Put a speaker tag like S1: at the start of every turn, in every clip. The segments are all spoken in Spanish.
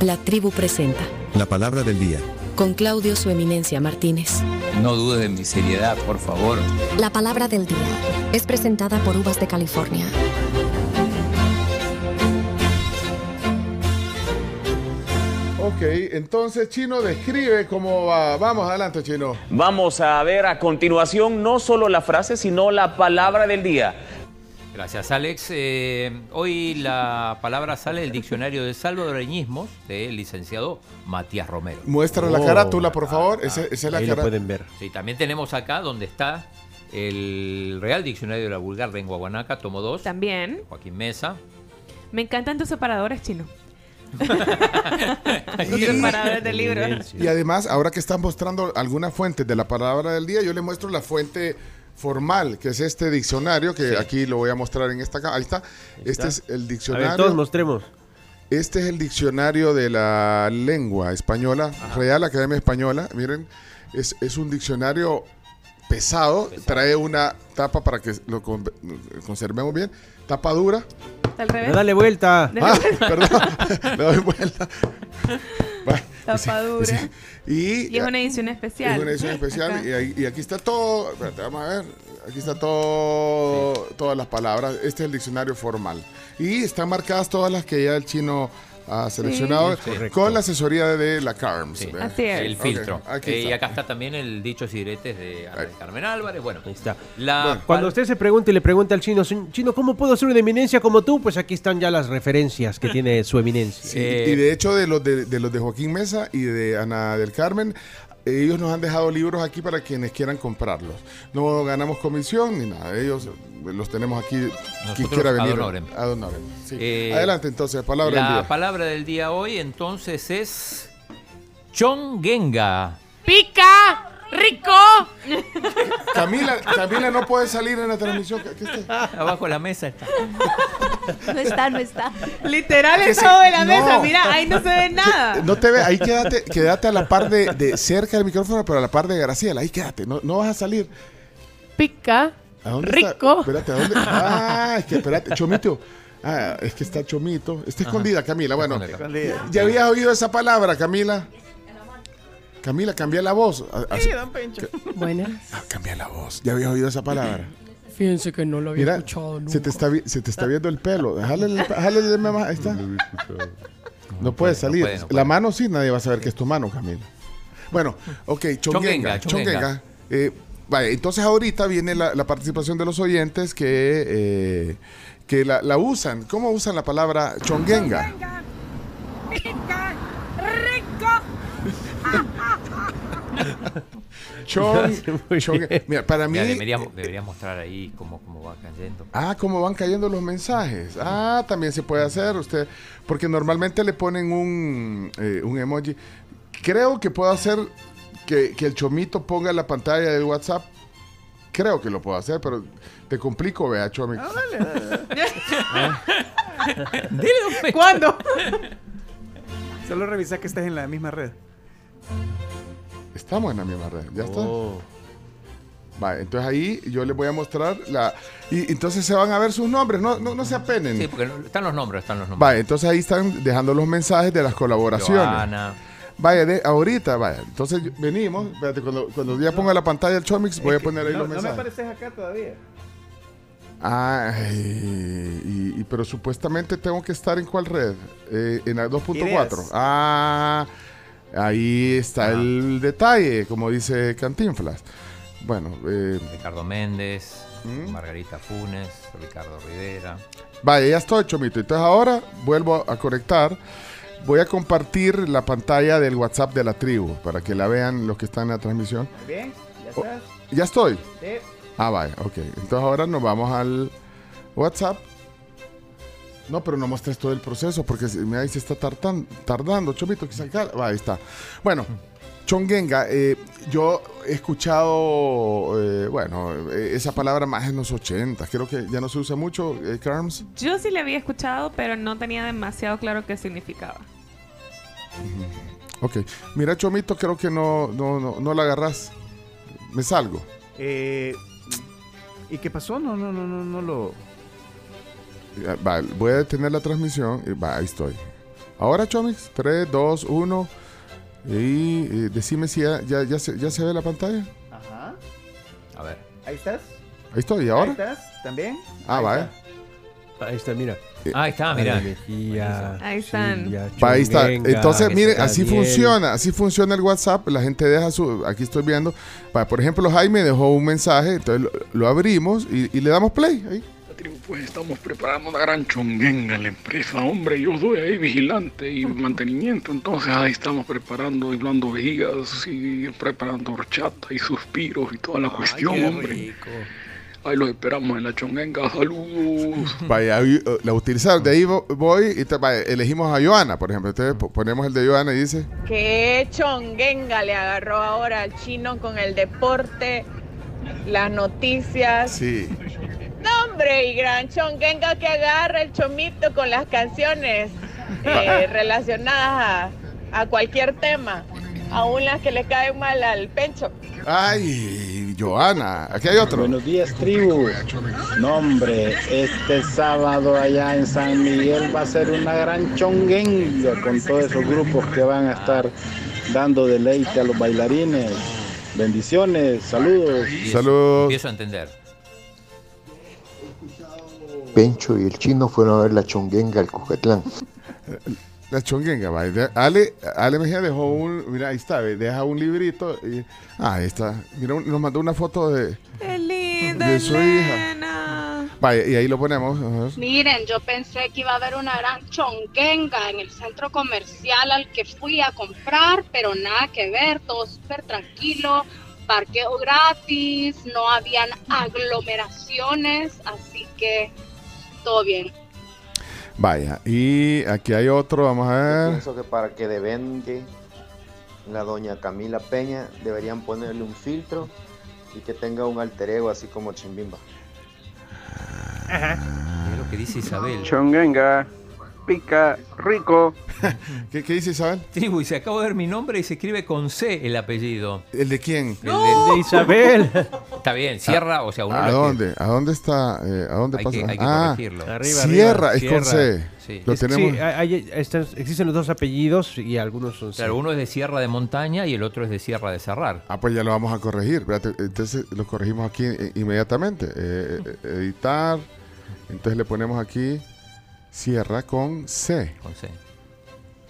S1: La tribu presenta
S2: La palabra del día.
S1: con Claudio Su Eminencia Martínez.
S3: No dudes de mi seriedad, por favor.
S4: La palabra del día es presentada por Uvas de California.
S5: Ok, entonces Chino describe cómo va. Vamos adelante, Chino.
S6: Vamos a ver a continuación no solo la frase, sino la palabra del día.
S7: Gracias, Alex. Eh, hoy la palabra sale del diccionario de salvadoreñismos del licenciado Matías Romero.
S5: Muestra la
S8: Oh,
S5: carátula, por favor. Ese- esa es la
S8: Ah, Ahí lo
S5: carátula.
S8: pueden ver.
S7: Sí, también tenemos acá donde está el Real Diccionario de la Vulgar Lengua Guanaca, tomo 2,
S9: También.
S7: Joaquín Mesa.
S9: Me encantan tus separadores chinos.
S5: Y-
S9: separadores de libros.
S5: Y además, ahora que están mostrando algunas fuentes de la palabra del día, yo les muestro la fuente formal, que es este diccionario, que aquí lo voy a mostrar en esta ca- Ahí está. Este
S8: está.
S5: es el
S8: A ver, todos
S5: diccionario.
S8: mostremos.
S5: Este es el diccionario de la lengua española, Real Academia Española. Miren, es, es un diccionario pesado. Trae una tapa para que lo con- conservemos bien. Tapa dura.
S9: Al revés.
S8: Dale vuelta.
S9: De-
S5: Mm. Ah, perdón, le doy vuelta. Va,
S9: Tapadura.
S5: sí. Y,
S9: Y es una edición especial.
S5: es una edición especial.
S9: Acá.
S5: Y, ahí- y aquí está todo. espérate, vamos a ver. Aquí está todo, todas las palabras. Este es el diccionario formal. Y están marcadas todas las que ya el chino ha seleccionado con la asesoría de la CARMS.
S7: Sí.
S5: ¿verdad?
S9: Así es.
S7: El
S5: Ok,
S7: filtro.
S5: aquí
S7: Eh, y
S5: está.
S7: acá está también el dicho ciretes de Ana del Carmen Álvarez. Bueno,
S8: Ahí está.
S7: La
S5: Bueno,
S8: Cuando usted se pregunte y le pregunta al chino, "Señ- chino, ¿cómo puedo ser una eminencia como tú? Pues aquí están ya las referencias que tiene su eminencia.
S5: Sí, y de hecho, de los de, de los de Joaquín Mesa y de Ana del Carmen, ellos nos han dejado libros aquí para quienes quieran comprarlos. No ganamos comisión ni nada. Ellos los tenemos aquí. Quien
S7: Nosotros
S5: quiera venir.
S7: ad honorem.
S5: Ad honorem, sí.
S7: Eh,
S5: Adelante, entonces, palabra
S7: la
S5: del día.
S7: palabra del día hoy entonces es chongenga.
S9: ¡Pica! ¡Rico!
S5: Camila, Camila no puede salir en la transmisión. ¿Qué- qué está?
S7: Abajo de la mesa está.
S4: No está, no está.
S9: Literal
S5: Que
S9: es
S5: se-
S9: todo de la
S5: no.
S9: mesa. Mira, ahí no se ve nada.
S5: No te ve, ahí quédate, quédate a la par de, de cerca del micrófono, pero a la par de Graciela, ahí quédate, no, no vas a salir.
S9: Pica.
S5: ¿A dónde Está?
S9: Rico.
S5: Espérate, ¿a dónde? Ah, es que espérate, Chomito. Ah, es que está Chomito. Está escondida, Camila. Bueno, ¿ya habías oído esa palabra, Camila? Camila, cambia la voz. Ah, ah,
S10: Buenas.
S5: ah, cambia la voz. ¿Ya habías oído esa palabra?
S10: Fíjense que no lo había
S5: Mira,
S10: escuchado nunca.
S5: se te, está, vi- se te está viendo el pelo. Jálale, jálale más. Ahí está. No puede salir.
S7: puede, no puede.
S5: La mano sí, nadie va a saber que es tu mano, Camila. Bueno, ok, chonguenga.
S7: Chonguenga,
S5: Chonguenga.
S7: chonguenga.
S5: Eh, vale, entonces ahorita viene la, la participación de los oyentes que, eh, que la, la usan. ¿Cómo usan la palabra chonguenga? Chon-
S8: muy
S5: chonguenga.
S8: bien.
S5: Mira, para mí...
S7: Mira, debería, debería mostrar ahí cómo, cómo va cayendo.
S5: Ah, cómo van cayendo los mensajes. Ah, también se puede hacer usted. Porque normalmente le ponen un, eh, un emoji. Creo que puedo hacer que, que el chomito ponga la pantalla del WhatsApp. Creo que lo puedo hacer, pero te complico, vea, chomi.
S9: ¿Cuándo?
S11: Solo revisa que estés en la misma red.
S5: Estamos en la misma red. Ya está.
S8: Oh.
S5: Va, entonces ahí yo les voy a mostrar la. Y entonces se van a ver sus nombres. No, no, no se apenen.
S7: Sí, porque no- están los nombres, están los nombres.
S5: Vale, entonces ahí están dejando los mensajes de las colaboraciones.
S7: Joana.
S5: Vaya, de, ahorita, vaya. Entonces yo- venimos. Espérate, cuando, cuando ya ponga la pantalla el Chomix, voy a poner ahí
S11: no,
S5: los
S11: no me
S5: mensajes.
S11: apareces acá todavía.
S5: Ay, y- y- pero supuestamente tengo que estar en cuál red? Eh, en la 2.4.
S11: Ideas.
S5: Ah, ahí está el detalle, como dice Cantinflas. Bueno, eh,
S7: Ricardo Méndez,
S5: ¿Mm?
S7: Margarita Funes, Ricardo Rivera.
S5: Vaya, ya estoy, Chomito. Entonces ahora vuelvo a conectar. Voy a compartir la pantalla del WhatsApp de la tribu para que la vean los que están en la transmisión.
S11: Bien, ya
S5: Oh.
S11: estás.
S5: Ya estoy.
S11: Sí.
S5: Ah, vaya, ok. Entonces ahora nos vamos al WhatsApp. No, pero no muestres todo el proceso porque se- mira, ahí se está tartan- tardando. Chomito, que sacar. Va, ahí está. Bueno, Chongenga, eh, yo he escuchado, eh, bueno, eh, esa palabra más en los 80. Creo que ya no se usa mucho, eh, Carms.
S9: Yo sí le había escuchado, pero no tenía demasiado claro qué significaba.
S5: Ok. Mira, Chomito, creo que no, no, no, no la agarras. Me salgo.
S11: Eh, ¿Y qué pasó? No, no, no, no, no lo.
S5: Eh, va, voy a detener la transmisión. y va, ahí estoy. Ahora, Chomix, 3, 2, 1. Y eh, decime si ya, ya, ya se, ya se ve la pantalla.
S11: Ajá.
S7: A ver.
S11: Ahí estás.
S5: Ahí estoy, ¿y
S11: Ahí
S5: ahora?
S11: estás. También.
S5: Ah,
S11: Ahí
S5: va,
S11: está.
S8: Ahí está, Ah, mira.
S7: Ahí está,
S8: Ana
S7: mirá.
S8: Mejía,
S9: Ahí están.
S8: Silvia,
S5: Va, Ahí está.
S8: Chumenga,
S5: Entonces, mire, así
S8: Gabriel.
S5: funciona, así funciona el WhatsApp. La gente deja su. Aquí estoy viendo. Va, por ejemplo, Jaime dejó un mensaje, entonces lo, lo abrimos y, y le damos play. Ahí.
S2: La tribu, pues estamos preparando una gran chonguenga en la empresa, hombre. Yo soy ahí vigilante y mantenimiento, entonces ahí estamos preparando y blando vejigas y preparando horchata y suspiros y toda la cuestión, hombre. Ahí los esperamos en la chonguenga, saludos.
S5: Vaya, ahí, eh, la utilizaron. De ahí vo- voy y te- va, elegimos a Joana, por ejemplo. Entonces po- ponemos el de Joana y dice:
S12: Qué chonguenga le agarró ahora al chino con el deporte, las noticias.
S5: Sí.
S12: No, hombre, y gran chonguenga que agarra el chomito con las canciones eh, relacionadas a, a cualquier tema, aún las que le caen mal al pecho.
S5: ¡Ay, Joana! Aquí hay otro.
S13: Buenos días, tribu. No, hombre, este sábado allá en San Miguel va a ser una gran chonguenga con todos esos grupos que van a estar dando deleite a los bailarines. Bendiciones, saludos.
S5: Saludos.
S7: Empiezo a entender.
S14: Pencho y el chino fueron a ver la chonguenga al Cucatlán.
S5: La chonguenga, va. De- Ale, Ale Mejía dejó un. Mira, ahí está, ve, deja un librito. Y, ah, ahí está. Mira, un- nos mandó una foto de.
S9: ¡Qué linda,
S5: De su
S9: Elena!
S5: Vaya, y ahí lo ponemos. ajá.
S15: Miren, yo pensé que iba a haber una gran chonguenga en el centro comercial al que fui a comprar, pero nada que ver, todo súper tranquilo, parqueo gratis, no habían aglomeraciones, así que todo bien.
S5: Vaya, y aquí hay otro, vamos a ver.
S16: Pienso que para que devengue la doña Camila Peña deberían ponerle un filtro y que tenga un alter ego así como Chimbimba.
S7: Mira lo que dice Isabel.
S17: Chongenga, pica, rico.
S5: ¿Qué, qué dice Isabel?
S7: Tribu, y se acabo de ver mi nombre y se escribe con C el apellido.
S5: ¿El de quién?
S7: El de, Isabel. Está bien, cierra, o sea, uno
S5: ¿A
S7: lo-
S5: dónde? ¿A dónde está? eh, ¿A dónde
S7: Hay
S5: pasa?
S7: que- hay que
S5: ah,
S7: corregirlo.
S8: Arriba,
S5: Sierra,
S8: arriba,
S5: es con C.
S8: Sierra. Sí.
S5: Lo
S8: Es que sí,
S5: tenemos.
S8: hay- hay- están- existen los dos apellidos y algunos son.
S7: Claro, uno es de Sierra de Montaña y el otro es de Sierra de Cerrar.
S5: Ah, pues ya lo vamos a corregir. espérate, Entonces lo corregimos aquí eh, inmediatamente. Eh, eh, editar. Entonces le ponemos aquí Sierra con C.
S7: Con C.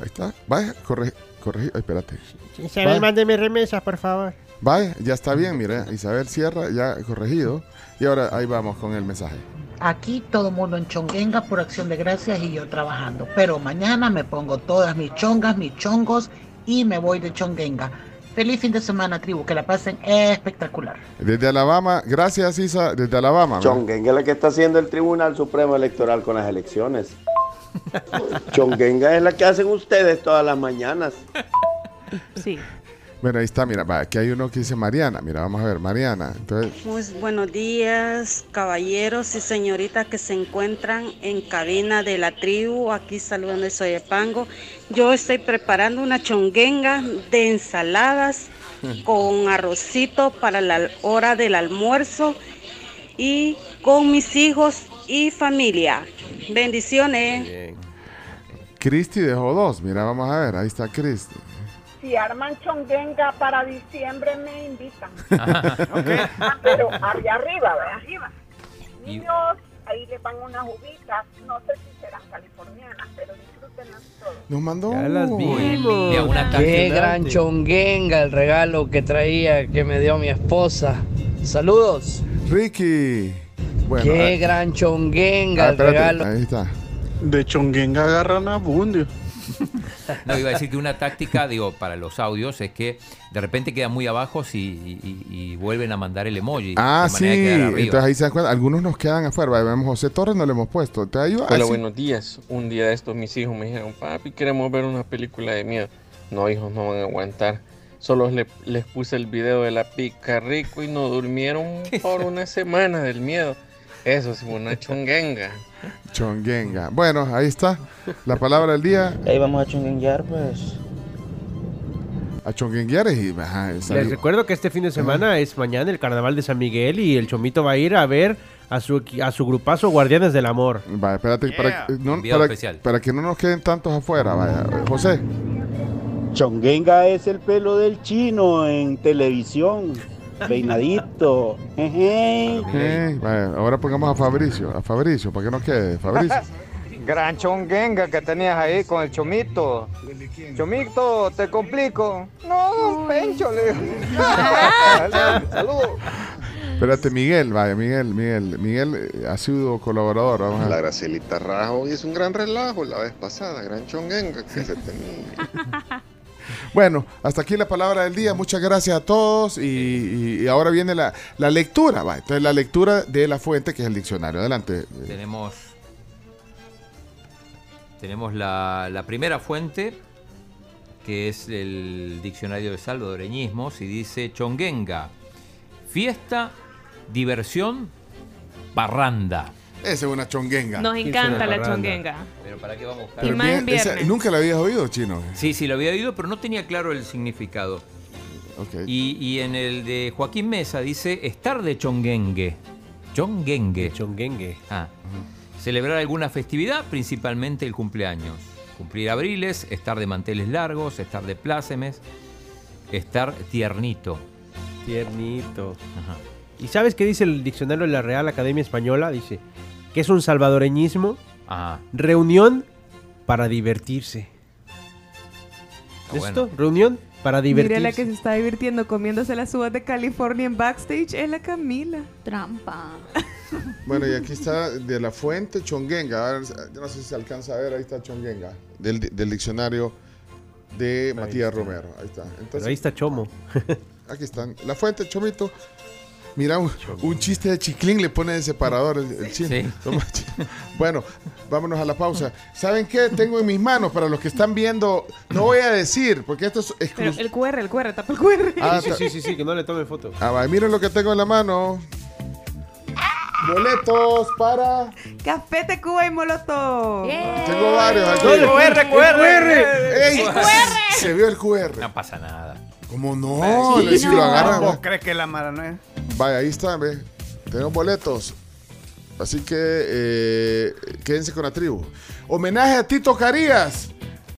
S5: Ahí está. Vaya, corre, corregir. Ay, espérate.
S18: Isabel, mándeme remesas, por favor.
S5: Vaya, ya está bien, mira. Isabel Sierra, ya corregido. Y ahora ahí vamos con el mensaje.
S19: Aquí todo mundo en chonguenga por acción de gracias y yo trabajando. Pero mañana me pongo todas mis chongas, mis chongos y me voy de chonguenga. Feliz fin de semana, tribu. Que la pasen espectacular.
S5: Desde Alabama, gracias Isa, desde Alabama. mira.
S13: Chongenga es la que está haciendo el Tribunal Supremo Electoral con las elecciones. Chongenga es la que hacen ustedes todas las mañanas.
S20: Sí.
S5: Bueno, ahí está, mira, va, aquí hay uno que dice Mariana. Mira, vamos a ver, Mariana. Entonces,
S21: Muy buenos días, caballeros y señoritas que se encuentran en cabina de la tribu, aquí saludando el Soyepango. Yo estoy preparando una chonguenga de ensaladas con arrocito para la hora del almuerzo y con mis hijos y familia. Bendiciones.
S5: Cristi dejó dos. Mira, vamos a ver, ahí está Cristi.
S22: Si arman chonguenga para diciembre me invitan.
S5: Ajá.
S22: Ah, Pero allá arriba, ¿verdad? Arriba.
S7: Y-
S22: Niños, ahí les van unas uvitas. No sé si serán californianas, pero disfrútenlas todos.
S5: Nos mandó
S23: Ya las
S5: uno.
S23: vimos.
S7: Mira, una
S23: Qué
S7: tarde
S23: gran
S7: grande.
S23: chonguenga el regalo que traía, que me dio mi esposa. Saludos.
S5: Ricky. Bueno,
S23: Qué
S5: ah,
S23: gran chonguenga
S5: ah,
S23: el
S5: espérate,
S23: regalo.
S5: Ahí está.
S17: De chonguenga agarran abundio.
S7: No, iba a decir que una táctica, digo, para los audios es que de repente quedan muy abajo si- y, y- y vuelven a mandar el emoji.
S5: Ah,
S7: de
S5: sí.
S7: manera de quedar arriba.
S5: Entonces ahí se dan cuenta. Algunos nos quedan afuera. Vaya, Vemos José Torres, no le hemos puesto. Ah, Entonces ahí va.
S24: Hola,
S5: así.
S24: buenos días. Un día de estos mis hijos me dijeron, papi, queremos ver una película de miedo. No, hijos, no van a aguantar. Solo le- les puse el video de la pica rico y no durmieron por una semana del miedo. Eso es una chongenga.
S5: Chonguenga. Bueno, ahí está. La palabra del día.
S23: Ahí vamos a chonguenguear, pues.
S5: A chonguenguear y. Ajá, es
S8: Les
S5: ahí.
S8: recuerdo que este fin de semana es mañana el carnaval de San Miguel y el Chomito va a ir a ver a su, equi- a su grupazo Guardianes del Amor.
S5: Vaya, espérate, para, eh, no, para- para que no nos queden tantos afuera, vaya. José.
S13: Chongenga es el pelo del chino en televisión. Peinadito. Jeje.
S5: Eh, vaya, ahora pongamos a Fabricio, a Fabricio, para que no quede, Fabricio.
S1: Gran chongenga que tenías ahí con el chomito. Chomito, te complico. No, Pencho, le Saludos.
S5: Espérate, Miguel, vaya, Miguel, Miguel. Miguel eh, ha sido colaborador, vamos a
S3: La Gracielita Rajo hizo un gran relajo la vez pasada, gran chongenga que se tenía.
S5: Bueno, hasta aquí la palabra del día. Muchas gracias a todos. Y, y- y ahora viene la, la lectura. Va. Entonces, la lectura de la fuente, que es el diccionario. Adelante. eh,
S7: Tenemos, tenemos la, la primera fuente, que es el diccionario de salvadoreñismos, y dice chongenga, fiesta, diversión, parranda.
S5: Esa es una chongenga.
S9: Nos encanta la chonguenga.
S7: Pero ¿para qué vamos a buscar?
S9: Y más en viernes.
S5: nunca la habías oído, chino.
S7: Sí, sí, lo había oído, pero no tenía claro el significado. Y, y en el de Joaquín Mesa dice estar de chongengue. Chongengue.
S8: Chongengue.
S7: Ah. Celebrar alguna festividad, principalmente el cumpleaños. Cumplir abriles, estar de manteles largos, estar de plácemes, estar tiernito.
S8: Tiernito. ¿Y sabes qué dice el diccionario de la Real Academia Española? Dice que es un salvadoreñismo.
S7: Ah,
S8: Reunión para divertirse. Ah,
S9: bueno.
S8: ¿Esto? Reunión para
S9: Mira
S8: divertirse.
S9: la que se está divirtiendo comiéndose las uvas de California en backstage, es la Camila. Trampa.
S5: Bueno, y aquí está de la fuente chongenga. A ver, yo no sé si se alcanza a ver. Ahí está chongenga. Del, del diccionario de Matías
S8: está.
S5: Romero. Ahí está.
S8: Pero
S5: Entonces,
S8: ahí está Chomo.
S5: Aquí están. La fuente, Chomito. Mira, un, un chiste de chiclín le pone de separador el, el chino. Toma, chi- Bueno, vámonos a la pausa. ¿Saben qué tengo en mis manos para los que están viendo? No voy a decir, porque esto es
S9: Pero
S5: exclusivo.
S9: el QR, el QR, tapa el QR.
S5: Ah,
S8: sí,
S5: ta-
S8: sí, sí, sí, que no le tome foto.
S5: Ah, miren lo que tengo en la mano. Boletos para...
S9: Café de Cuba y Molotov.
S5: Tengo varios aquí.
S9: El QR,
S5: El Ey,
S9: El QR.
S5: Se vio el QR. No
S7: pasa nada.
S5: ¿Cómo no? Le- si lo agarran,
S11: ¿Vos crees que la mara no es?
S5: Vaya, ahí está, ve. Tenemos boletos. Así que eh, quédense con la tribu. Homenaje a Tito Carías.